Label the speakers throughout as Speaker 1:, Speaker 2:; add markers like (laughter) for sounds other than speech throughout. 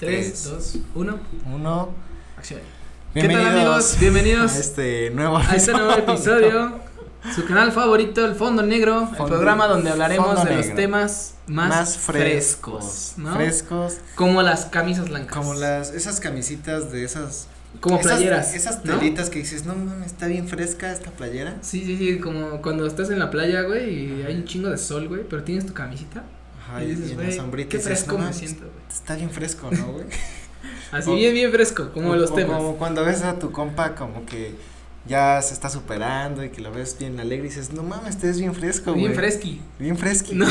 Speaker 1: 3, 2, 1.
Speaker 2: Uno. (laughs)
Speaker 1: Acción. ¿Qué tal
Speaker 2: Bienvenidos
Speaker 1: amigos? Bienvenidos
Speaker 2: a este nuevo
Speaker 1: a este nuevo (laughs) episodio. Su canal favorito, El Fondo Negro, el
Speaker 2: Fondo-
Speaker 1: programa donde hablaremos
Speaker 2: Fondo
Speaker 1: de los
Speaker 2: Negro.
Speaker 1: temas más, frescos, ¿no?
Speaker 2: Frescos.
Speaker 1: como las camisas blancas.
Speaker 2: Como las, esas camisitas de esas.
Speaker 1: como
Speaker 2: esas-
Speaker 1: playeras.
Speaker 2: Esas
Speaker 1: ¿no?
Speaker 2: telitas que dices, no mames, está bien fresca esta playera.
Speaker 1: Sí, sí, sí, como cuando estás en la playa, güey, y hay un chingo de sol, güey, pero tienes tu camisita.
Speaker 2: Ajá,
Speaker 1: y dices,
Speaker 2: en la
Speaker 1: güey,
Speaker 2: sombrita
Speaker 1: qué
Speaker 2: dices,
Speaker 1: fresco
Speaker 2: "No
Speaker 1: me
Speaker 2: mames,
Speaker 1: siento, güey.
Speaker 2: Está bien fresco, ¿no, güey?
Speaker 1: Así
Speaker 2: O-
Speaker 1: bien, bien fresco, (laughs) como
Speaker 2: O-
Speaker 1: los
Speaker 2: o
Speaker 1: temas.
Speaker 2: Como cuando ves a tu compa, como que ya se está superando y que lo ves bien alegre y dices, no mames, te ves bien fresco, güey.
Speaker 1: bien fresqui.
Speaker 2: Bien fresqui.
Speaker 1: No.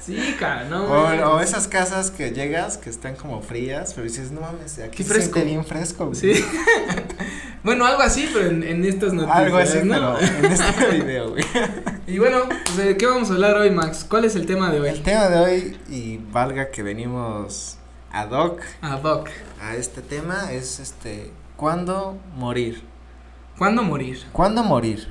Speaker 1: Sí, cara, no.
Speaker 2: O,
Speaker 1: güey.
Speaker 2: o esas casas que llegas que están como frías, pero dices, no mames, aquí
Speaker 1: Qué
Speaker 2: se siente
Speaker 1: fresco.
Speaker 2: bien fresco. güey".
Speaker 1: Sí. (laughs) bueno, algo así, pero en, en estas noticias.
Speaker 2: Algo así,
Speaker 1: ¿no?
Speaker 2: pero
Speaker 1: (laughs)
Speaker 2: en este video, güey.
Speaker 1: Y bueno, pues, ¿de qué vamos a hablar hoy, Max? ¿Cuál es el tema de
Speaker 2: El
Speaker 1: hoy?
Speaker 2: tema de hoy, y valga que venimos ad hoc
Speaker 1: A Doc.
Speaker 2: a este tema, es este, ¿cuándo morir?
Speaker 1: ¿Cuándo morir?
Speaker 2: ¿Cuándo morir?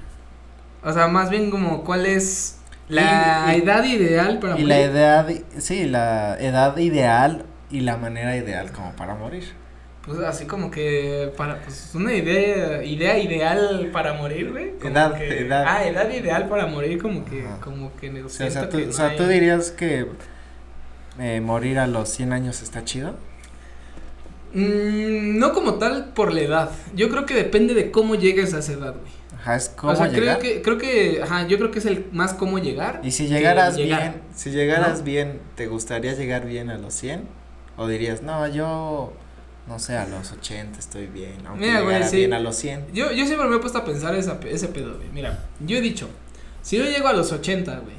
Speaker 1: O sea, más bien como cuál es la
Speaker 2: Y- y-
Speaker 1: edad ideal para
Speaker 2: Y
Speaker 1: morir.
Speaker 2: la edad, sí, la edad ideal y la manera ideal como para morir.
Speaker 1: Pues así como que para pues una idea idea ideal para morir, güey. como
Speaker 2: Edad,
Speaker 1: que-
Speaker 2: edad.
Speaker 1: Ah, edad ideal para morir como que
Speaker 2: Ajá.
Speaker 1: como que
Speaker 2: O sea, o
Speaker 1: negociar.
Speaker 2: sea, tú, o sea, ¿tú dirías que eh, morir a los 100 años está chido?
Speaker 1: Mm, no como tal por la edad. Yo creo que depende de cómo llegues a esa edad, güey.
Speaker 2: Ajá, es como
Speaker 1: o sea,
Speaker 2: llegar.
Speaker 1: creo que creo que ajá, yo creo que es el más cómo llegar.
Speaker 2: Y si
Speaker 1: que
Speaker 2: llegaras
Speaker 1: llegar.
Speaker 2: bien, si llegaras
Speaker 1: ¿No?
Speaker 2: bien, ¿te gustaría llegar bien a los 100? ¿O dirías, no, yo, no sé, a los 80 estoy bien, aunque
Speaker 1: Mira, güey,
Speaker 2: llegara
Speaker 1: sí.
Speaker 2: bien a los 100?
Speaker 1: Yo, yo siempre me he puesto a pensar esa, pe- ese pedo, güey. Mira, yo he dicho, si yo llego a los 80, güey,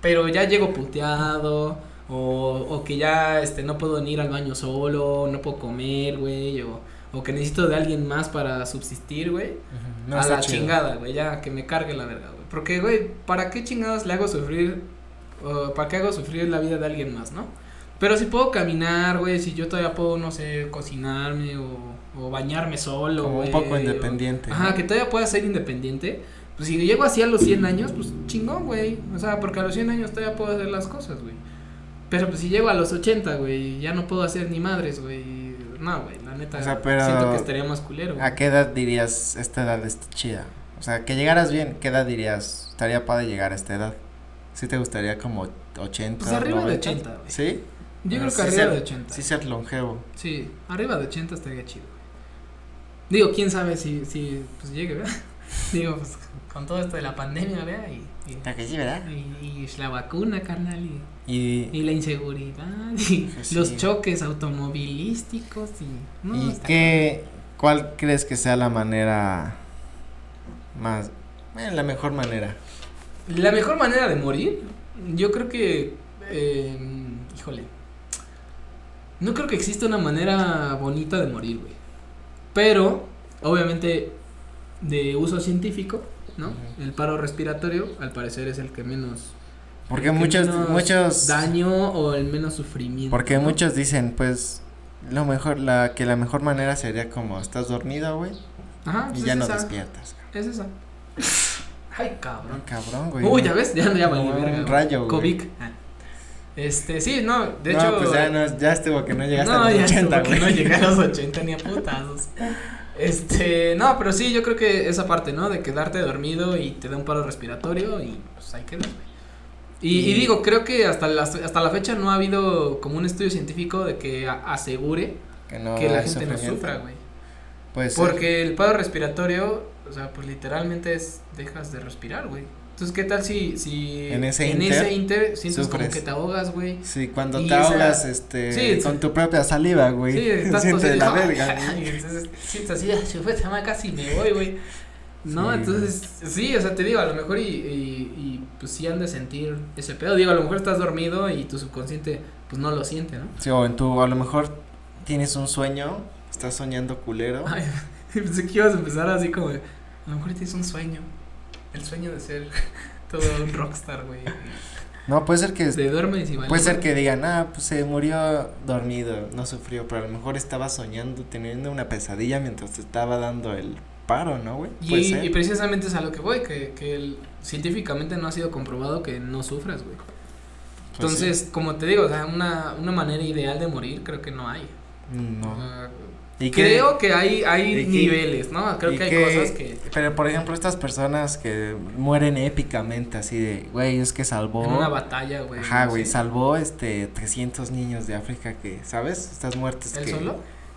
Speaker 1: pero ya llego puteado, o, o que ya este, no puedo ni ir al baño solo, no puedo comer, güey, o, o que necesito de alguien más para subsistir, güey,
Speaker 2: No
Speaker 1: a
Speaker 2: está
Speaker 1: la
Speaker 2: chido.
Speaker 1: chingada, güey, ya que me cargue la verga, güey. Porque, güey, ¿para qué chingados le hago sufrir? o ¿Para qué hago sufrir la vida de alguien más, no? Pero si puedo caminar, güey, si yo todavía puedo, no sé, cocinarme o, o bañarme solo,
Speaker 2: Como
Speaker 1: güey,
Speaker 2: un poco
Speaker 1: o-
Speaker 2: independiente.
Speaker 1: Ajá, que todavía pueda ser independiente. Pues si llego así a los 100 años, pues chingón, güey. O sea, porque a los 100 años todavía puedo hacer las cosas, güey. Pero pues si llego a los 80, güey, ya no puedo hacer ni madres, güey. No, güey, la neta.
Speaker 2: O sea, pero-
Speaker 1: Siento que estaría más culero. güey.
Speaker 2: ¿A qué edad dirías esta edad está chida? O sea, que llegaras bien, ¿qué edad dirías? Estaría padre llegar a esta edad. ¿Sí te gustaría como 80?
Speaker 1: Pues arriba de
Speaker 2: 90?
Speaker 1: 80, güey.
Speaker 2: ¿Sí?
Speaker 1: Yo creo
Speaker 2: Sí
Speaker 1: que arriba
Speaker 2: ser-
Speaker 1: de 80.
Speaker 2: Sí, ser longevo.
Speaker 1: Sí, arriba de 80 estaría chido. güey. Digo, quién sabe si, si pues llegue,
Speaker 2: (laughs)
Speaker 1: ¿verdad? Digo, pues con todo esto de la pandemia, ¿verdad? Y, y,
Speaker 2: que sí, ¿verdad?
Speaker 1: y- y la vacuna, carnal, y,
Speaker 2: Y,
Speaker 1: y la inseguridad, y
Speaker 2: Pues sí.
Speaker 1: los choques automovilísticos, y... no,
Speaker 2: ¿Y
Speaker 1: Mm, está-
Speaker 2: qué, cuál crees que sea la manera más, eh, la mejor manera?
Speaker 1: La mejor manera de morir, yo creo que... eh, híjole. No creo que exista una manera bonita de morir, güey. Pero, obviamente, de uso científico, ¿no?
Speaker 2: Ujú.
Speaker 1: El paro respiratorio, al parecer, es el que menos...
Speaker 2: Porque
Speaker 1: el que
Speaker 2: muchos,
Speaker 1: menos
Speaker 2: muchos,
Speaker 1: Daño o el menos sufrimiento.
Speaker 2: porque
Speaker 1: ¿no?
Speaker 2: muchos dicen, pues, lo mejor, la, que la mejor manera sería como, estás dormido, güey,
Speaker 1: Ajá, pues
Speaker 2: y
Speaker 1: es
Speaker 2: ya no
Speaker 1: esa,
Speaker 2: despiertas.
Speaker 1: Es esa. (laughs) Ay, cabrón.
Speaker 2: No, cabrón, güey.
Speaker 1: Uy, ya ves, ya, ya valí
Speaker 2: No,
Speaker 1: verga,
Speaker 2: un
Speaker 1: güey.
Speaker 2: rayo, güey.
Speaker 1: Covic. Ah. Este, sí, no, de
Speaker 2: no,
Speaker 1: hecho.
Speaker 2: pues ya, no, ya estuvo que no llegaste
Speaker 1: no,
Speaker 2: a los
Speaker 1: ya
Speaker 2: 80,
Speaker 1: estuvo que
Speaker 2: güey.
Speaker 1: no llegué a los 80 ni a putazos. Este, no, pero sí, yo creo que esa parte, ¿no? De quedarte dormido y te da un paro respiratorio y pues ahí quedas, güey. Y, y
Speaker 2: Y-
Speaker 1: digo, creo que hasta la, hasta la fecha no ha habido como un estudio científico de que a- asegure
Speaker 2: (laughs) que no
Speaker 1: que la
Speaker 2: hay
Speaker 1: gente no
Speaker 2: sufrimiento.
Speaker 1: sufra, güey.
Speaker 2: Pues, porque
Speaker 1: Porque el paro respiratorio, o sea, pues literalmente es dejas de respirar, güey. Entonces, ¿qué tal si, si
Speaker 2: En ese
Speaker 1: en
Speaker 2: inter,
Speaker 1: ese inter sientes como
Speaker 2: sufres.
Speaker 1: que te ahogas, güey?
Speaker 2: sí, cuando
Speaker 1: y
Speaker 2: te
Speaker 1: esa-
Speaker 2: ahogas, este,
Speaker 1: Sí,
Speaker 2: con
Speaker 1: sí.
Speaker 2: tu propia saliva, güey, (laughs)
Speaker 1: Sí, estás
Speaker 2: siente de la
Speaker 1: tosiendo.
Speaker 2: verga,
Speaker 1: (laughs)
Speaker 2: güey.
Speaker 1: Y entonces, sientes así, ah, chupa, chama, casi me voy, güey. No,
Speaker 2: Sí,
Speaker 1: entonces, sí, o sea, te digo, a lo mejor y, y, y, pues sí han de sentir ese pedo. Digo, a lo mejor estás dormido y tu subconsciente pues no lo siente, ¿no?
Speaker 2: Sí, o en tu, a lo mejor tienes un sueño, estás soñando culero.
Speaker 1: Ay, (laughs) pensé que ibas a empezar así como, de, a lo mejor tienes un sueño, el sueño de ser (laughs) todo un rockstar, güey.
Speaker 2: No, puede ser que,
Speaker 1: Te duermes y vale
Speaker 2: puede ser
Speaker 1: madre.
Speaker 2: que digan, ah, pues se murió dormido, no sufrió, pero a lo mejor estaba soñando, teniendo una pesadilla mientras te estaba dando el paro, ¿no, güey?
Speaker 1: Y,
Speaker 2: Puede
Speaker 1: y
Speaker 2: ser.
Speaker 1: precisamente es a lo que voy, que, que el- científicamente no ha sido comprobado que no sufras, güey.
Speaker 2: Pues
Speaker 1: Entonces, como te digo, o sea, una, una manera ideal de morir creo que no hay. O
Speaker 2: No.
Speaker 1: sea,
Speaker 2: ¿Y qué-
Speaker 1: creo que hay,
Speaker 2: y
Speaker 1: hay
Speaker 2: que-
Speaker 1: niveles, ¿no? Creo
Speaker 2: y
Speaker 1: que hay
Speaker 2: que-
Speaker 1: cosas que...
Speaker 2: Pero por ejemplo, estas personas que mueren épicamente, así de, güey, es que salvó.
Speaker 1: En una batalla, güey.
Speaker 2: Ajá,
Speaker 1: no
Speaker 2: güey,
Speaker 1: sé.
Speaker 2: salvó este 300 niños de África que, ¿sabes? Estas muertes
Speaker 1: ¿Él
Speaker 2: que.
Speaker 1: solo?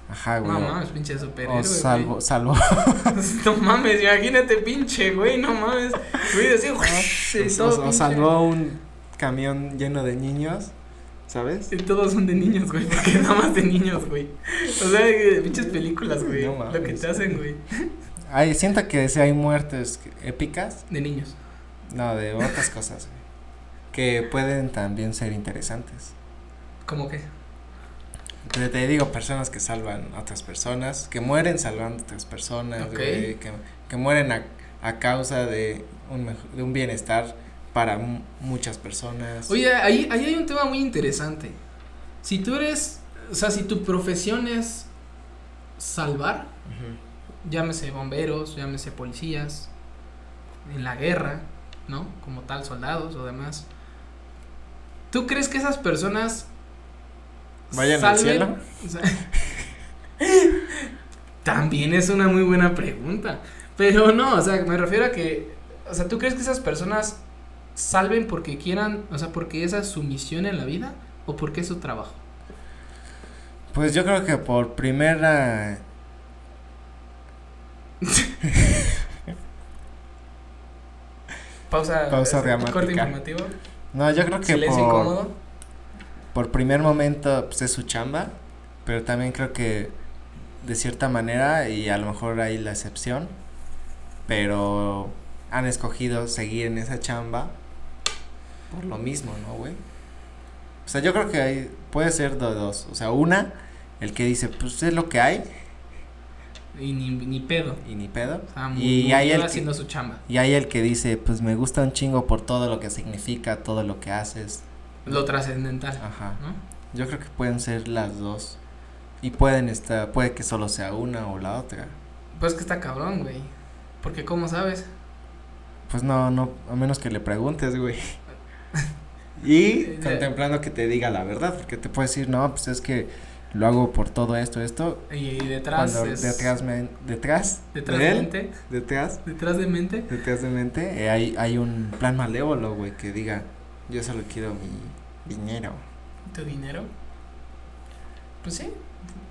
Speaker 2: Ajá, güey.
Speaker 1: No mames, pinche superhéroe.
Speaker 2: o
Speaker 1: güey.
Speaker 2: salvó, salvó.
Speaker 1: (laughs) No mames, imagínate, pinche, güey, no mames. Güey,
Speaker 2: (laughs)
Speaker 1: así, y
Speaker 2: o-
Speaker 1: todo
Speaker 2: Ah, pues, o
Speaker 1: pinche-
Speaker 2: salvó un camión lleno de niños, ¿sabes?
Speaker 1: Y todos son de niños, güey, porque nada más de niños, güey. O sea, que pinches películas, güey.
Speaker 2: No mames.
Speaker 1: lo que te hacen, güey.
Speaker 2: Ay, siento que si hay muertes que- épicas,
Speaker 1: De niños.
Speaker 2: no, de otras cosas, güey, que pueden también ser interesantes.
Speaker 1: ¿Cómo que?
Speaker 2: Pero te digo, personas que salvan a otras personas, que mueren salvando a otras personas,
Speaker 1: Ok.
Speaker 2: güey, que, que mueren a, a causa de un, mejo- de un bienestar para mu- muchas personas.
Speaker 1: Oye, ahí, ahí hay un tema muy interesante. Si tú eres, o sea, si tu profesión es salvar,
Speaker 2: Ujú.
Speaker 1: llámese bomberos, llámese policías, en la guerra, ¿no? Como tal, soldados o demás. ¿Tú crees que esas personas
Speaker 2: Vayan al
Speaker 1: salven-
Speaker 2: cielo.
Speaker 1: o sea, (laughs) También es una muy buena pregunta. Pero no, o sea, me refiero a que, o sea, ¿tú crees que esas personas salven porque quieran, o sea, porque esa es su misión en la vida o porque es su trabajo?
Speaker 2: Pues yo creo que por primera...
Speaker 1: Pausa.
Speaker 2: Pausa
Speaker 1: eh,
Speaker 2: dramática.
Speaker 1: Corte informativo.
Speaker 2: No, yo creo que
Speaker 1: Silencio
Speaker 2: por...
Speaker 1: incómodo.
Speaker 2: por primer momento pues, es su chamba, pero también creo que de cierta manera, y a lo mejor hay la excepción, pero han escogido seguir en esa chamba por lo mismo, ¿no, güey? O sea, yo creo que hay, puede ser de dos. O sea, una, el que dice, pues es lo que hay
Speaker 1: Y ni, ni pedo.
Speaker 2: y ni pedo.
Speaker 1: O sea,
Speaker 2: Y
Speaker 1: Ah, muy,
Speaker 2: hay el que-
Speaker 1: haciendo su chamba.
Speaker 2: Y hay el que dice, pues me gusta un chingo por todo lo que significa, todo lo que haces.
Speaker 1: Lo trascendental.
Speaker 2: Ajá.
Speaker 1: ¿no?
Speaker 2: Yo creo que pueden ser las dos. Y pueden estar, puede que solo sea una o la otra.
Speaker 1: Pues que está cabrón, güey. Porque, ¿cómo sabes?
Speaker 2: Pues no, no, a menos que le preguntes,
Speaker 1: (laughs)
Speaker 2: güey. Y
Speaker 1: Eh,
Speaker 2: contemplando que te diga la verdad, porque te puede decir, no, pues es que lo hago por todo esto, esto.
Speaker 1: Y, y detrás.
Speaker 2: Cuando
Speaker 1: es-
Speaker 2: detrás, me- detrás,
Speaker 1: Detrás
Speaker 2: de
Speaker 1: de
Speaker 2: él,
Speaker 1: mente.
Speaker 2: detrás,
Speaker 1: Detrás de mente.
Speaker 2: detrás de mente, eh, hay, hay un plan malévolo, güey, que diga, yo solo quiero mi dinero.
Speaker 1: tu dinero. Pues sí,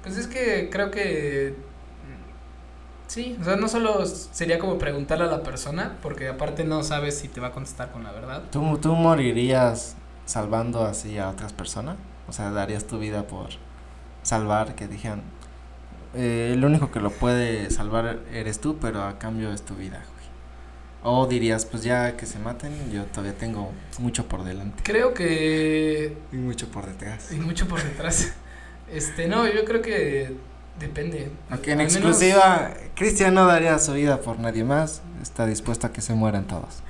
Speaker 1: pues es que creo que sí, o sea, no solo sería como preguntarle a la persona, porque aparte no sabes si te va a contestar con la verdad.
Speaker 2: ¿Tú, ¿Tú morirías salvando así a otras personas? O sea, ¿darías tu vida por salvar? Que dijeran, eh, el único que lo puede salvar eres tú, pero a cambio es tu vida, güey. O dirías, pues ya que se maten, yo todavía tengo mucho por delante.
Speaker 1: Creo que
Speaker 2: Y mucho por detrás.
Speaker 1: y mucho por detrás. (laughs) Este, no, yo creo que depende.
Speaker 2: Aunque
Speaker 1: Al
Speaker 2: en
Speaker 1: menos-
Speaker 2: exclusiva, Cristian no daría su vida por nadie más, está dispuesto a que se mueran todos.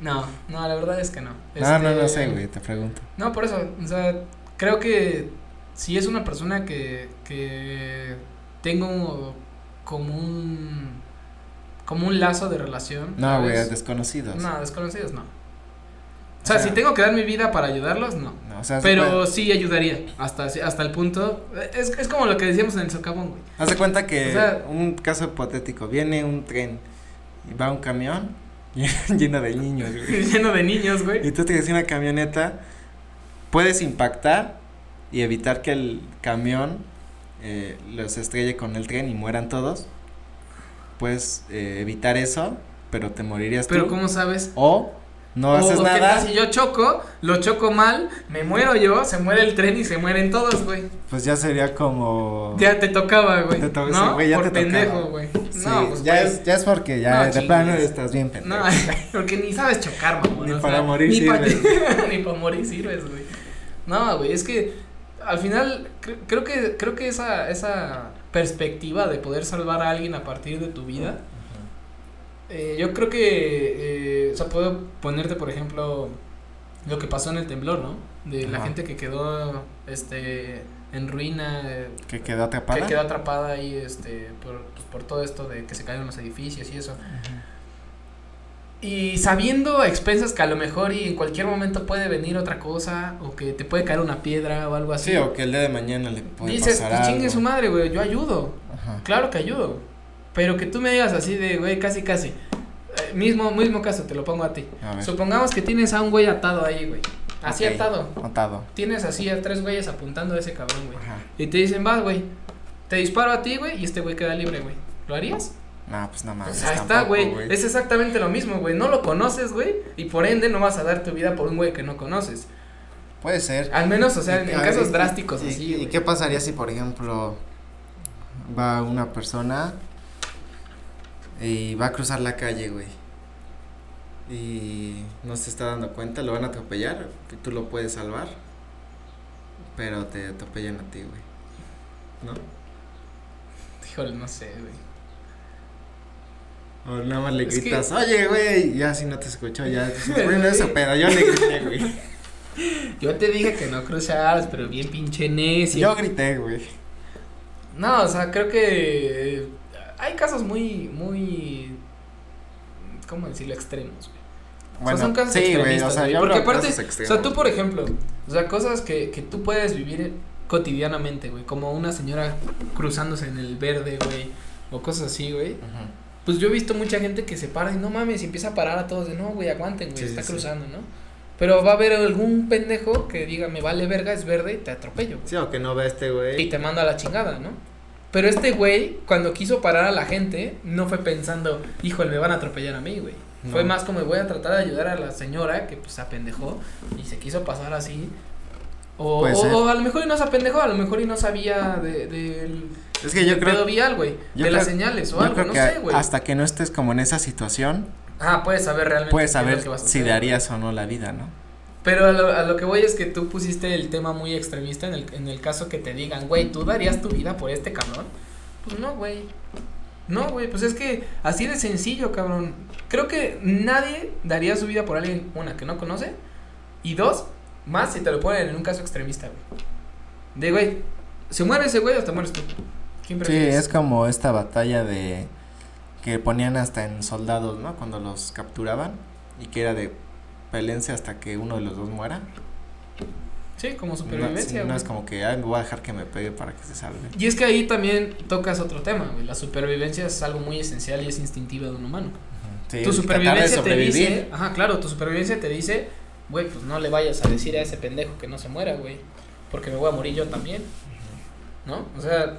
Speaker 1: No, no, la verdad es que no.
Speaker 2: No, no, no
Speaker 1: Este,
Speaker 2: sé, güey, te pregunto.
Speaker 1: No, por eso, o sea, creo que si es una persona que, que tengo como un, como un lazo de relación.
Speaker 2: No,
Speaker 1: ¿sabes?
Speaker 2: güey, desconocidos.
Speaker 1: pues, No, desconocidos no. O sea,
Speaker 2: O sea- Ah,
Speaker 1: si
Speaker 2: pues.
Speaker 1: tengo que dar mi vida para ayudarlos, no.
Speaker 2: No, o sea, se puede-
Speaker 1: Pero sí ayudaría, hasta, hasta el punto, es, es como lo que decíamos en el socavón,
Speaker 2: (laughs)
Speaker 1: güey. (laughs)
Speaker 2: Haz de cuenta que
Speaker 1: O sea-
Speaker 2: un caso hipotético, viene un tren y va un camión (laughs) lleno de niños,
Speaker 1: (laughs)
Speaker 2: güey.
Speaker 1: Lleno de niños,
Speaker 2: Y
Speaker 1: güey.
Speaker 2: tú tienes una camioneta, puedes impactar y evitar que el camión eh, los estrelle con el tren y mueran todos. Puedes eh, evitar eso, pero te morirías
Speaker 1: Pero
Speaker 2: tú.
Speaker 1: ¿cómo sabes?
Speaker 2: O
Speaker 1: O-
Speaker 2: no haces
Speaker 1: o qué tal
Speaker 2: nada,
Speaker 1: Si yo choco, lo choco mal, me muero yo, se muere el tren y se mueren todos, güey.
Speaker 2: pues ya sería como...
Speaker 1: Ya te tocaba, güey.
Speaker 2: Oh. Te to- sí,
Speaker 1: ¿No?
Speaker 2: güey, ya
Speaker 1: Por
Speaker 2: te tocaba.
Speaker 1: pendejo, güey.
Speaker 2: Sí,
Speaker 1: no, pues,
Speaker 2: ya,
Speaker 1: güey.
Speaker 2: es, ya es porque ya
Speaker 1: No,
Speaker 2: de plano
Speaker 1: chingues.
Speaker 2: estás bien pendejo.
Speaker 1: No, (laughs) porque ni sabes chocar, mamón.
Speaker 2: Ni
Speaker 1: o
Speaker 2: para morir
Speaker 1: ni pa-
Speaker 2: sirves.
Speaker 1: (laughs) ni para morir sirves, güey. No, güey, es que al final cre- creo que creo que esa esa perspectiva de poder salvar a alguien a partir de tu vida, eh, yo creo que, eh, o sea, puedo ponerte, por ejemplo, lo que pasó en el temblor, ¿no? De la
Speaker 2: Ajá.
Speaker 1: gente que quedó, este, en ruina, eh,
Speaker 2: Que quedó atrapada.
Speaker 1: que quedó atrapada ahí este por, pues, por todo esto de que se cayeron los edificios y eso. Y sabiendo a expensas que a lo mejor y en cualquier momento puede venir otra cosa, o que te puede caer una piedra o algo así.
Speaker 2: Sí, o que el día de mañana le puede
Speaker 1: dices,
Speaker 2: pasar
Speaker 1: pues
Speaker 2: algo.
Speaker 1: chingue su madre, güey, yo ayudo.
Speaker 2: Ajá.
Speaker 1: Claro que ayudo. Pero que tú me digas así de, güey, casi, casi. Eh, mismo, mismo caso, te lo pongo a ti.
Speaker 2: A ver.
Speaker 1: Supongamos que tienes a un güey atado ahí, güey. Así
Speaker 2: Ok,
Speaker 1: atado.
Speaker 2: Atado.
Speaker 1: Tienes así a tres güeyes apuntando a ese cabrón, güey.
Speaker 2: Ajá.
Speaker 1: Y te dicen, vas, güey. Te disparo a ti, güey, y este güey queda libre, güey. ¿Lo harías?
Speaker 2: No, pues no
Speaker 1: O
Speaker 2: mames.
Speaker 1: sea, está,
Speaker 2: tampoco,
Speaker 1: güey. Es exactamente lo mismo, güey. No lo conoces, güey. Y por ende no vas a dar tu vida por un güey que no conoces.
Speaker 2: Puede ser.
Speaker 1: Al menos, Ah, o sea, en, en
Speaker 2: A ver,
Speaker 1: casos
Speaker 2: y-
Speaker 1: drásticos
Speaker 2: y-
Speaker 1: así.
Speaker 2: ¿Y
Speaker 1: güey.
Speaker 2: qué pasaría si, por ejemplo, va una persona y va a cruzar la calle, güey? Y no se está dando cuenta, lo van a atropellar, que tú lo puedes salvar, pero te atropellan a ti, güey. ¿No?
Speaker 1: Híjole, no sé, güey.
Speaker 2: O nada más le
Speaker 1: Es que-
Speaker 2: gritas, oye, güey, ya si no te escuchó, ya. dices, Bueno,
Speaker 1: (laughs)
Speaker 2: eso, pero yo le grité, güey.
Speaker 1: Yo te dije que no cruzaras, pero bien pinche necio.
Speaker 2: Yo grité, güey.
Speaker 1: No, o sea, creo que eh, hay casos muy, muy, ¿cómo decirlo? Extremos, güey.
Speaker 2: Bueno,
Speaker 1: son casos
Speaker 2: sí, güey, o
Speaker 1: extremistas,
Speaker 2: sea,
Speaker 1: güey,
Speaker 2: yo
Speaker 1: porque
Speaker 2: hablo de
Speaker 1: aparte,
Speaker 2: casos
Speaker 1: O sea, tú,
Speaker 2: extremos.
Speaker 1: por ejemplo, o sea, cosas que, que tú puedes vivir cotidianamente, güey, como una señora cruzándose en el verde, güey, o cosas así, güey.
Speaker 2: Ujú.
Speaker 1: Pues yo he visto mucha gente que se para y no mames, y empieza a parar a todos de, no, güey, aguanten, güey,
Speaker 2: Sí,
Speaker 1: está
Speaker 2: sí, sí.
Speaker 1: cruzando, ¿no? Pero va a haber algún pendejo que diga, me vale verga, es verde, y te atropello, güey.
Speaker 2: Sí, o que no ve a este
Speaker 1: y
Speaker 2: güey.
Speaker 1: te manda a la chingada, ¿no? Pero este güey, cuando quiso parar a la gente, no fue pensando, híjole, me van a atropellar a mí, güey. Fue
Speaker 2: No.
Speaker 1: más como voy a tratar de ayudar a la señora que pues se apendejó y se quiso pasar así. O,
Speaker 2: Puede
Speaker 1: o-
Speaker 2: ser.
Speaker 1: o a lo mejor y no se apendejó, a lo mejor y no sabía de, del
Speaker 2: Es que
Speaker 1: pedo
Speaker 2: yo creo.
Speaker 1: vial, güey. De
Speaker 2: yo
Speaker 1: las
Speaker 2: creo-
Speaker 1: señales o
Speaker 2: yo
Speaker 1: algo,
Speaker 2: creo
Speaker 1: no
Speaker 2: que
Speaker 1: sé, güey.
Speaker 2: hasta que no estés como en esa situación,
Speaker 1: Ah, puedes saber realmente.
Speaker 2: puedes
Speaker 1: qué es lo
Speaker 2: saber
Speaker 1: que vas a
Speaker 2: si
Speaker 1: hacer.
Speaker 2: darías o no la vida, ¿no?
Speaker 1: Pero a lo, a lo que voy es que tú pusiste el tema muy extremista en el, en el caso que te digan, güey, ¿tú darías tu vida por este cabrón? Pues no, güey. No, güey, pues es que así de sencillo, cabrón. Creo que nadie daría su vida por alguien, una, que no conoce, y dos, más si te lo ponen en un caso extremista, güey. De, güey, ¿se muere ese güey o te mueres tú? ¿Quién
Speaker 2: Sí,
Speaker 1: prefieres?
Speaker 2: es como esta batalla de que ponían hasta en soldados, ¿no? Cuando los capturaban y que era de pelencia hasta que uno de los dos muera.
Speaker 1: Sí, como
Speaker 2: No-
Speaker 1: supervivencia,
Speaker 2: no,
Speaker 1: güey.
Speaker 2: es como que "Ay, voy a dejar que me pegue para que se salve.
Speaker 1: Y es que ahí también tocas otro tema, güey. La supervivencia es algo muy esencial y es instintiva de un humano.
Speaker 2: Sí,
Speaker 1: tu
Speaker 2: este, tratar
Speaker 1: supervivencia
Speaker 2: de
Speaker 1: te
Speaker 2: sobrevivir.
Speaker 1: dice, ajá, claro, tu supervivencia te dice, güey, pues no le vayas a decir a ese pendejo que no se muera, güey, porque me voy a morir yo también, ¿no? O sea,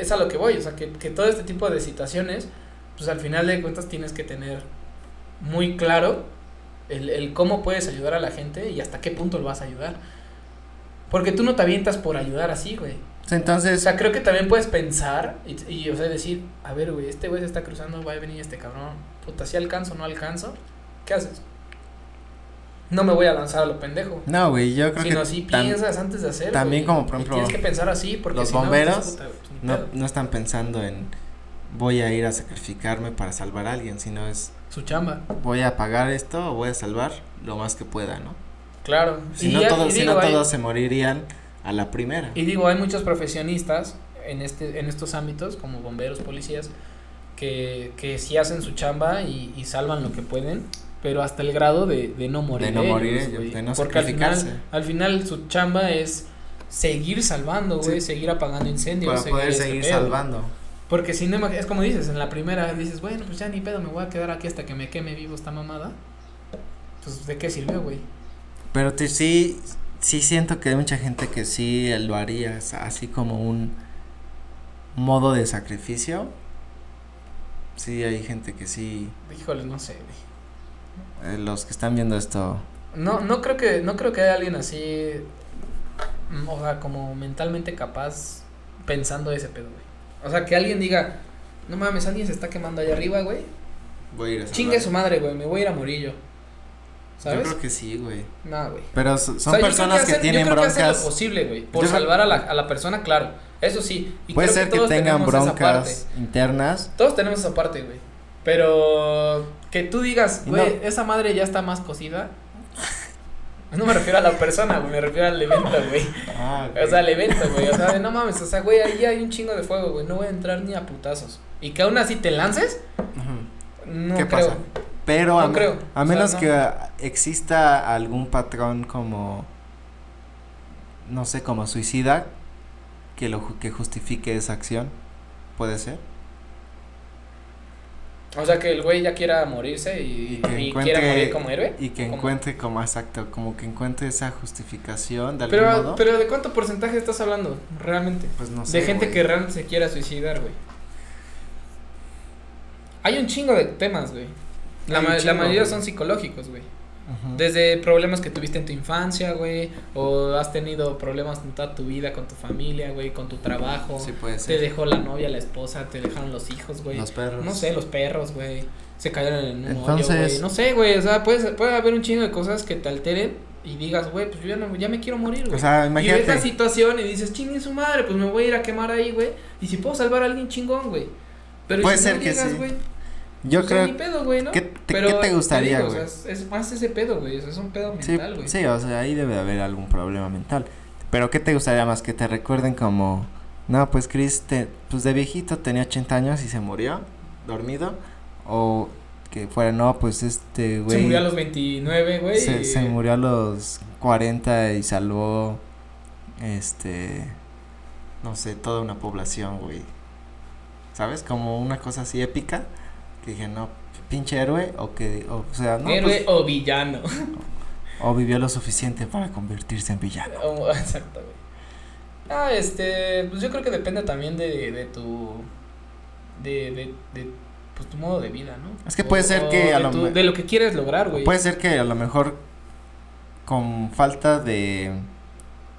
Speaker 1: es a lo que voy, o sea, que, que todo este tipo de situaciones, pues al final de cuentas tienes que tener muy claro el, el cómo puedes ayudar a la gente y hasta qué punto lo vas a ayudar. Porque tú no te avientas por ayudar así, güey.
Speaker 2: Sí,
Speaker 1: O
Speaker 2: Entonces,
Speaker 1: sea, creo que también puedes pensar y, y, o sea, decir, a ver, güey, este güey se está cruzando, va a venir este cabrón. Puta, si alcanzo o no alcanzo, ¿qué haces? No me voy a lanzar a lo pendejo.
Speaker 2: no, güey, yo creo
Speaker 1: sino
Speaker 2: que
Speaker 1: si
Speaker 2: tan-
Speaker 1: piensas antes de hacer.
Speaker 2: también
Speaker 1: güey,
Speaker 2: como,
Speaker 1: y
Speaker 2: por ejemplo,
Speaker 1: Tienes que pensar así porque
Speaker 2: los
Speaker 1: si no,
Speaker 2: bomberos,
Speaker 1: dices, puta, pues, ni
Speaker 2: no,
Speaker 1: pedo.
Speaker 2: no están pensando en voy a ir a sacrificarme para salvar a alguien, sino es
Speaker 1: Su chamba,
Speaker 2: voy a pagar esto o voy a salvar lo más que pueda, ¿no?
Speaker 1: claro.
Speaker 2: Si
Speaker 1: Y
Speaker 2: no
Speaker 1: ya- y
Speaker 2: todos, si no
Speaker 1: digo, hay-
Speaker 2: todos se morirían a la primera.
Speaker 1: Y digo, hay muchos profesionistas en, este, en estos ámbitos, como bomberos, policías, que, que sí hacen su chamba y, y salvan lo que pueden, pero hasta el grado de, de no morir.
Speaker 2: De no morir
Speaker 1: ellos,
Speaker 2: ellos,
Speaker 1: güey.
Speaker 2: de no
Speaker 1: Porque al final,
Speaker 2: sacrificarse.
Speaker 1: al final su chamba es seguir salvando, güey,
Speaker 2: Sí.
Speaker 1: seguir apagando incendios.
Speaker 2: para poder
Speaker 1: este
Speaker 2: seguir
Speaker 1: pedo.
Speaker 2: salvando.
Speaker 1: Porque si no, imag- es como dices, en la primera dices, bueno, pues ya ni pedo, me voy a quedar aquí hasta que me queme vivo esta mamada. Pues, ¿de qué sirvió, güey?
Speaker 2: Pero te, sí, sí siento que hay mucha gente que sí lo haría, o sea, así como un modo de sacrificio. Sí, hay gente que sí,
Speaker 1: Híjole, no sé, güey.
Speaker 2: eh, los que están viendo esto,
Speaker 1: No, no creo que, no creo que haya alguien así, mm, o sea, como mentalmente capaz pensando ese pedo, güey. O sea, que alguien diga, no mames, alguien se está quemando allá arriba, güey.
Speaker 2: voy a ir a
Speaker 1: Chingue su madre, güey, me voy a ir a morir yo.
Speaker 2: Yo
Speaker 1: ¿Sabes?
Speaker 2: creo que sí, güey.
Speaker 1: No, güey.
Speaker 2: Pero so-
Speaker 1: O
Speaker 2: son
Speaker 1: sea, yo creo
Speaker 2: personas que,
Speaker 1: hacen- yo
Speaker 2: tienen
Speaker 1: creo que hacen
Speaker 2: broncas.
Speaker 1: lo posible, güey, por
Speaker 2: Yo creo-
Speaker 1: salvar a la, a la persona, claro. Eso sí. y
Speaker 2: Puede
Speaker 1: creo
Speaker 2: ser que,
Speaker 1: todos
Speaker 2: tengan
Speaker 1: tenemos esa parte.
Speaker 2: broncas internas.
Speaker 1: Todos tenemos esa parte, güey. Pero que tú digas,
Speaker 2: Y
Speaker 1: güey, esa madre ya está más cocida. No me refiero a la persona, güey, me refiero al evento, güey. O sea, al evento, güey. O sea, de, no mames, o sea, güey, ahí hay un chingo de fuego, güey. No voy a entrar ni a putazos. Y que aún así te lances,
Speaker 2: Ujú.
Speaker 1: no
Speaker 2: ¿Qué
Speaker 1: creo.
Speaker 2: pasa? Pero
Speaker 1: No
Speaker 2: a, me-
Speaker 1: creo.
Speaker 2: a
Speaker 1: O sea,
Speaker 2: menos
Speaker 1: no.
Speaker 2: que ah, exista algún patrón como, no sé, como suicida, que, lo, ju- que justifique esa acción, puede ser.
Speaker 1: O sea, que el güey ya quiera morirse y,
Speaker 2: Y que
Speaker 1: y
Speaker 2: encuentre-
Speaker 1: quiera morir como héroe.
Speaker 2: Y que
Speaker 1: ¿Cómo?
Speaker 2: encuentre como exacto, como que encuentre esa justificación de algún
Speaker 1: Pero,
Speaker 2: modo.
Speaker 1: pero ¿de cuánto porcentaje estás hablando realmente?
Speaker 2: pues no sé.
Speaker 1: de gente
Speaker 2: güey.
Speaker 1: que realmente se quiera suicidar, güey. Hay un chingo de temas, güey. La,
Speaker 2: Hay un
Speaker 1: ma- la
Speaker 2: chingo,
Speaker 1: mayoría
Speaker 2: güey.
Speaker 1: son psicológicos, güey.
Speaker 2: Ujú.
Speaker 1: Desde problemas que tuviste en tu infancia, güey. O has tenido problemas en toda tu vida con tu familia, güey. Con tu trabajo.
Speaker 2: Sí, puede
Speaker 1: te
Speaker 2: ser.
Speaker 1: dejó la novia, la esposa. Te dejaron los hijos, güey.
Speaker 2: Los perros.
Speaker 1: No sé, los perros, güey. Se cayeron en un hoyo,
Speaker 2: Entonces-
Speaker 1: güey. No sé, güey. O sea, puede, puede haber un chingo de cosas que te alteren y digas, güey, pues yo ya, no- ya me quiero morir, güey.
Speaker 2: O sea,
Speaker 1: Y ves la
Speaker 2: imagínate.
Speaker 1: situación y dices, chingue su madre, pues me voy a ir a quemar ahí, güey. Y si puedo salvar a alguien, chingón, güey. Pero
Speaker 2: Puede
Speaker 1: si
Speaker 2: ser
Speaker 1: no
Speaker 2: que
Speaker 1: llegas,
Speaker 2: sí.
Speaker 1: güey,
Speaker 2: Yo
Speaker 1: pues,
Speaker 2: creo
Speaker 1: ni pedo, güey, ¿no?
Speaker 2: ¿Qué te,
Speaker 1: Pero
Speaker 2: qué te gustaría,
Speaker 1: digo,
Speaker 2: güey?
Speaker 1: o sea, es es más ese pedo, güey. o sea, es un pedo
Speaker 2: sí,
Speaker 1: mental, güey.
Speaker 2: sí, o sea, ahí debe de haber algún problema mental. Pero ¿qué te gustaría más? Que te recuerden como, no, pues Chris, te- pues de viejito tenía 80 años y se murió, dormido. O que fuera, no, pues este güey
Speaker 1: se murió a los 29, güey.
Speaker 2: se-
Speaker 1: y-
Speaker 2: se murió a los 40 y salvó, este, no sé, toda una población, güey. ¿Sabes? Como una cosa así épica. Que dije, no, pinche héroe, o que, o, sea, no, pues,
Speaker 1: Héroe o villano. (laughs)
Speaker 2: o vivió lo suficiente para convertirse en villano.
Speaker 1: O- Exacto, güey. Ah, este, pues yo creo que depende también de, de tu, de, de, de, pues tu modo de vida, ¿no?
Speaker 2: Es que puede ser que a
Speaker 1: de,
Speaker 2: lo
Speaker 1: tu-
Speaker 2: me-
Speaker 1: de lo que quieres lograr, güey.
Speaker 2: Puede ser que a lo mejor con falta de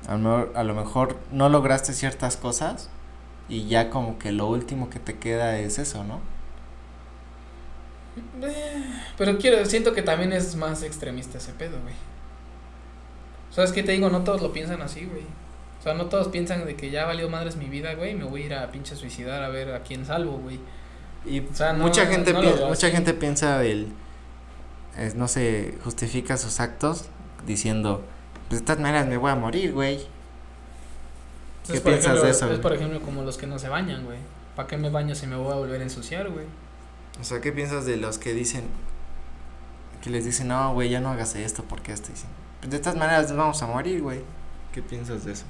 Speaker 2: a lo mejor, a lo mejor no lograste ciertas cosas y ya como que lo último que te queda es eso, ¿no?
Speaker 1: Eh, Pero quiero, siento que también es más extremista ese pedo, güey. ¿Sabes qué te digo? No todos lo piensan así, güey. O sea, no todos piensan de que ya valió madres mi vida, güey, me voy a ir a pinche suicidar a ver a quién salvo, güey.
Speaker 2: Y
Speaker 1: O sea, no-
Speaker 2: mucha gente
Speaker 1: no lo
Speaker 2: piensa,
Speaker 1: veo
Speaker 2: mucha
Speaker 1: así.
Speaker 2: gente piensa el es, no sé, justifica sus actos diciendo, pues de todas maneras me voy a morir, güey.
Speaker 1: Entonces,
Speaker 2: ¿Qué
Speaker 1: por
Speaker 2: piensas
Speaker 1: ejemplo,
Speaker 2: de eso,
Speaker 1: Es
Speaker 2: güey?
Speaker 1: por ejemplo como los que no se bañan, güey. ¿Para qué me baño si me voy a volver a ensuciar, güey?
Speaker 2: O sea, ¿qué piensas de los que dicen que les dicen, "No, güey, ya no hagas esto porque esto dicen, pues de todas maneras nos vamos a morir, güey." ¿Qué piensas de eso?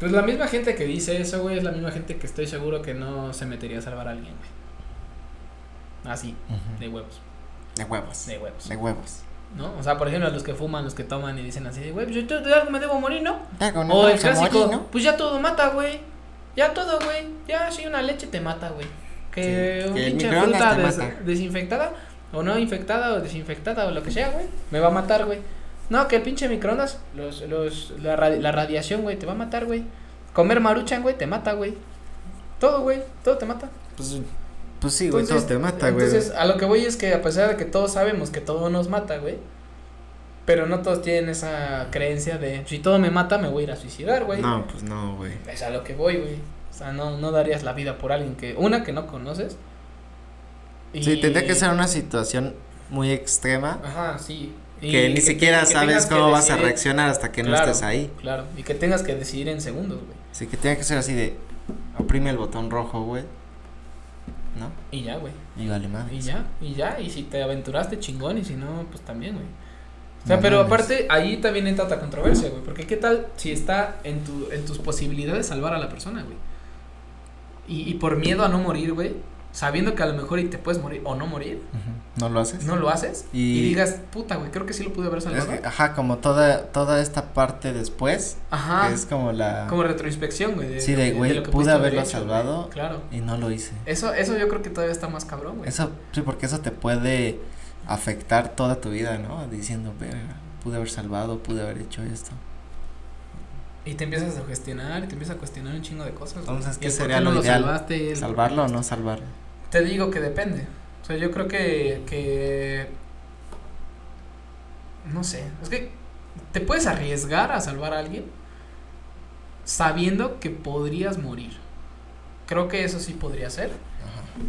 Speaker 1: Pues la misma gente que dice eso, güey, es la misma gente que estoy seguro que no se metería a salvar a alguien, güey. Así, de huevos,
Speaker 2: De huevos.
Speaker 1: de huevos.
Speaker 2: De huevos.
Speaker 1: ¿No? O sea, por ejemplo, los que fuman, los que toman y dicen así, de, güey, pues yo, yo de algo me debo morir, ¿no? o el clásico, pues ya todo mata, güey. Ya todo, güey. Ya si una leche te mata, güey. Que
Speaker 2: Sí,
Speaker 1: un
Speaker 2: que el
Speaker 1: pinche
Speaker 2: microondas
Speaker 1: fruta
Speaker 2: te
Speaker 1: des-
Speaker 2: mata.
Speaker 1: desinfectada o no infectada o desinfectada o lo que sea, güey, me va a matar, güey. No, que el pinche microondas, los, los, la, radi- la radiación, güey, te va a matar, güey. Comer maruchan, güey, te mata, güey. Todo, güey, todo te mata.
Speaker 2: Pues, pues sí, güey, todo te mata, güey.
Speaker 1: Entonces, a lo que voy es que a pesar de que todos sabemos que todo nos mata, güey. Pero no todos tienen esa creencia de si todo me mata, me voy a ir a suicidar, güey.
Speaker 2: No, pues no, güey.
Speaker 1: Es a lo que voy, güey. O sea, no, no darías la vida por alguien que, una que no conoces. y-
Speaker 2: Sí, tendría que ser una situación muy extrema
Speaker 1: Ajá, sí. Y
Speaker 2: que ni
Speaker 1: te-
Speaker 2: siquiera
Speaker 1: que
Speaker 2: sabes
Speaker 1: tengas que
Speaker 2: cómo vas a
Speaker 1: decidir-
Speaker 2: reaccionar hasta que no
Speaker 1: Claro.
Speaker 2: estés ahí.
Speaker 1: Claro, y que tengas que decidir en segundos, güey.
Speaker 2: Así que tiene que ser así de oprime el botón rojo, güey. ¿No?
Speaker 1: Y ya, güey.
Speaker 2: Y vale madre.
Speaker 1: Y ya, y ya. Y si te aventuraste, chingón. Y si no, pues también, güey. O sea,
Speaker 2: No
Speaker 1: pero
Speaker 2: mames.
Speaker 1: aparte, ahí también entra otra controversia, güey. Porque qué tal si está en, tu, en tus posibilidades salvar a la persona, güey. Y, y por miedo a no morir, güey. Sabiendo que a lo mejor y te puedes morir o no morir.
Speaker 2: Ujú. ¿No lo haces?
Speaker 1: no lo haces y,
Speaker 2: Y-
Speaker 1: digas, puta, güey, creo que sí lo pude haber
Speaker 2: Es
Speaker 1: salvado.
Speaker 2: que, ajá, como toda toda esta parte después
Speaker 1: Ajá.
Speaker 2: que es como la
Speaker 1: Ah. Como retroinspección, güey.
Speaker 2: Sí, de,
Speaker 1: lo que-
Speaker 2: güey,
Speaker 1: lo que
Speaker 2: pude
Speaker 1: pudiste haber
Speaker 2: haberlo
Speaker 1: hecho,
Speaker 2: salvado.
Speaker 1: güey. Claro.
Speaker 2: y no lo hice.
Speaker 1: Eso, eso yo creo que todavía está más cabrón, güey.
Speaker 2: Eso, sí, porque eso te puede afectar toda tu vida, ¿no? Diciendo, verga, pude haber salvado, pude haber hecho esto.
Speaker 1: Y te empiezas a gestionar y te empiezas a cuestionar un chingo de cosas. güey.
Speaker 2: Entonces,
Speaker 1: Y
Speaker 2: ¿qué
Speaker 1: el por
Speaker 2: sería
Speaker 1: no
Speaker 2: lo ideal?
Speaker 1: salvaste, el-
Speaker 2: ¿Salvarlo o no salvarlo?
Speaker 1: Te digo que depende. O sea, yo creo que, que... No sé. Es que te puedes arriesgar a salvar a alguien sabiendo que podrías morir. Creo que eso sí podría ser.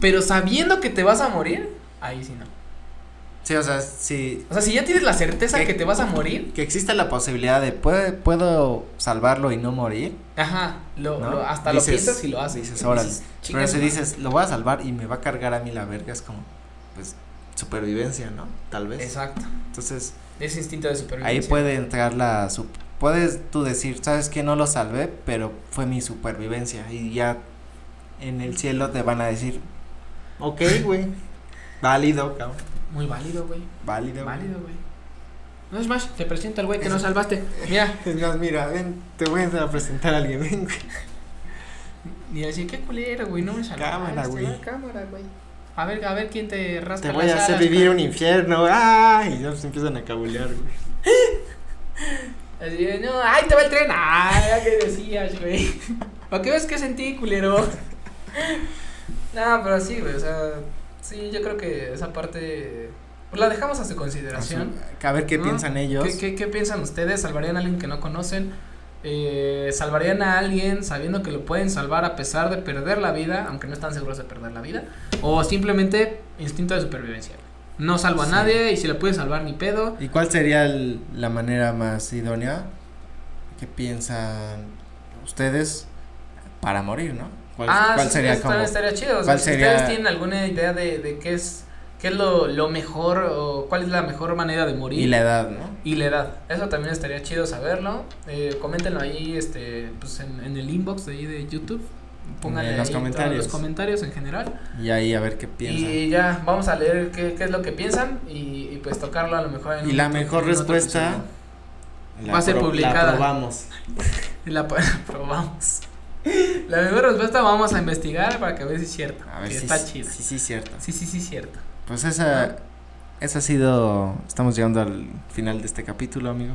Speaker 1: Pero sabiendo que te vas a morir, ahí sí no.
Speaker 2: Sí, o sea, sí.
Speaker 1: O sea, si ya tienes la certeza
Speaker 2: ¿Qué?
Speaker 1: que te vas a morir,
Speaker 2: Que exista la posibilidad de, ¿puedo, puedo salvarlo y no morir?
Speaker 1: ajá, lo,
Speaker 2: ¿no?
Speaker 1: lo- hasta lo
Speaker 2: Dices-
Speaker 1: piensas y lo haces.
Speaker 2: dices, órale.
Speaker 1: Dices,
Speaker 2: Pero
Speaker 1: "Chinga
Speaker 2: si
Speaker 1: su madre".
Speaker 2: dices, lo voy a salvar y me va a cargar a mí la verga, es como, pues, supervivencia, ¿no? Tal vez.
Speaker 1: Exacto.
Speaker 2: Entonces,
Speaker 1: Ese instinto de supervivencia.
Speaker 2: ahí puede entrar la sup- puedes tú decir, sabes que no lo salvé, pero fue mi supervivencia y ya en el cielo te van a decir, ok, güey, (laughs) válido, cabrón,
Speaker 1: Muy válido, güey.
Speaker 2: válido. güey".
Speaker 1: Válido, güey. No es más, te presento al güey que
Speaker 2: Ese-
Speaker 1: no salvaste. Mira.
Speaker 2: Es más, mira, ven, te voy a presentar a alguien, ven, güey.
Speaker 1: Y así, qué culero, güey, no me salvaste.
Speaker 2: Cámara, güey.
Speaker 1: ah, Cámara, güey. A ver, a ver quién te rasca
Speaker 2: te voy
Speaker 1: las
Speaker 2: a hacer
Speaker 1: alas,
Speaker 2: vivir un
Speaker 1: güey.
Speaker 2: infierno, ay, y ya se empiezan a cabulear, güey.
Speaker 1: Así, no, ay, te va el tren. Ay, ya que decías, güey.
Speaker 2: (laughs)
Speaker 1: ¿Para qué ves que sentí, culero? no, pero sí, güey, o sea, sí, yo creo que esa parte pues la dejamos a su consideración.
Speaker 2: A ver qué
Speaker 1: ¿no?
Speaker 2: piensan ellos.
Speaker 1: ¿Qué, qué, qué piensan ustedes? ¿Salvarían a alguien que no conocen? Eh, ¿Salvarían a alguien sabiendo que lo pueden salvar a pesar de perder la vida, aunque no están seguros de perder la vida? ¿O simplemente instinto de supervivencia? No salvo a
Speaker 2: Sí.
Speaker 1: nadie y si lo pueden salvar ni pedo.
Speaker 2: ¿Y cuál sería el- la manera más idónea? ¿Qué piensan ustedes para morir, no? ¿Cuál, cuál
Speaker 1: Ah, sí,
Speaker 2: sería
Speaker 1: está-
Speaker 2: como?
Speaker 1: estaría chido. O sea,
Speaker 2: cuál
Speaker 1: si
Speaker 2: sería-
Speaker 1: ustedes tienen alguna idea de, de qué es, qué es lo, lo mejor o cuál es la mejor manera de morir.
Speaker 2: Y la edad, ¿no?
Speaker 1: Y la edad, eso también estaría chido saberlo. Eh, coméntenlo ahí este, pues en, en el inbox de ahí de YouTube. Pónganle
Speaker 2: En Eh, los
Speaker 1: ahí todos
Speaker 2: comentarios.
Speaker 1: los comentarios en general.
Speaker 2: Y ahí a ver qué piensan. Y,
Speaker 1: Y ya, vamos a leer qué, qué es lo que piensan y, y pues tocarlo a lo mejor en un
Speaker 2: la
Speaker 1: otro-
Speaker 2: mejor
Speaker 1: en otro
Speaker 2: respuesta
Speaker 1: Va a ser
Speaker 2: pro-
Speaker 1: publicada.
Speaker 2: La probamos.
Speaker 1: episodio. La (laughs) po- probamos. La mejor respuesta vamos a investigar para que a ver si es cierto.
Speaker 2: A ver
Speaker 1: que
Speaker 2: si
Speaker 1: está
Speaker 2: sí,
Speaker 1: chido.
Speaker 2: Sí, sí, cierto.
Speaker 1: Sí, sí, sí, cierto.
Speaker 2: Pues esa esa ha sido estamos llegando al final de este capítulo, amigo.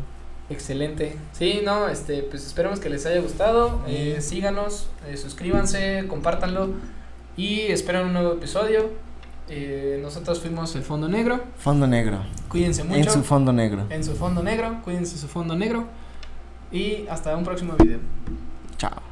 Speaker 1: Excelente. Sí, no, este, pues esperemos que les haya gustado.
Speaker 2: Sí.
Speaker 1: Eh, síganos, eh, suscríbanse, compártanlo y esperen un nuevo episodio. Eh, nosotros fuimos el Fondo Negro.
Speaker 2: Fondo negro.
Speaker 1: Cuídense mucho. Eh.
Speaker 2: En su fondo negro.
Speaker 1: en su fondo negro. Cuídense su fondo negro. Y hasta un próximo video.
Speaker 2: Chao.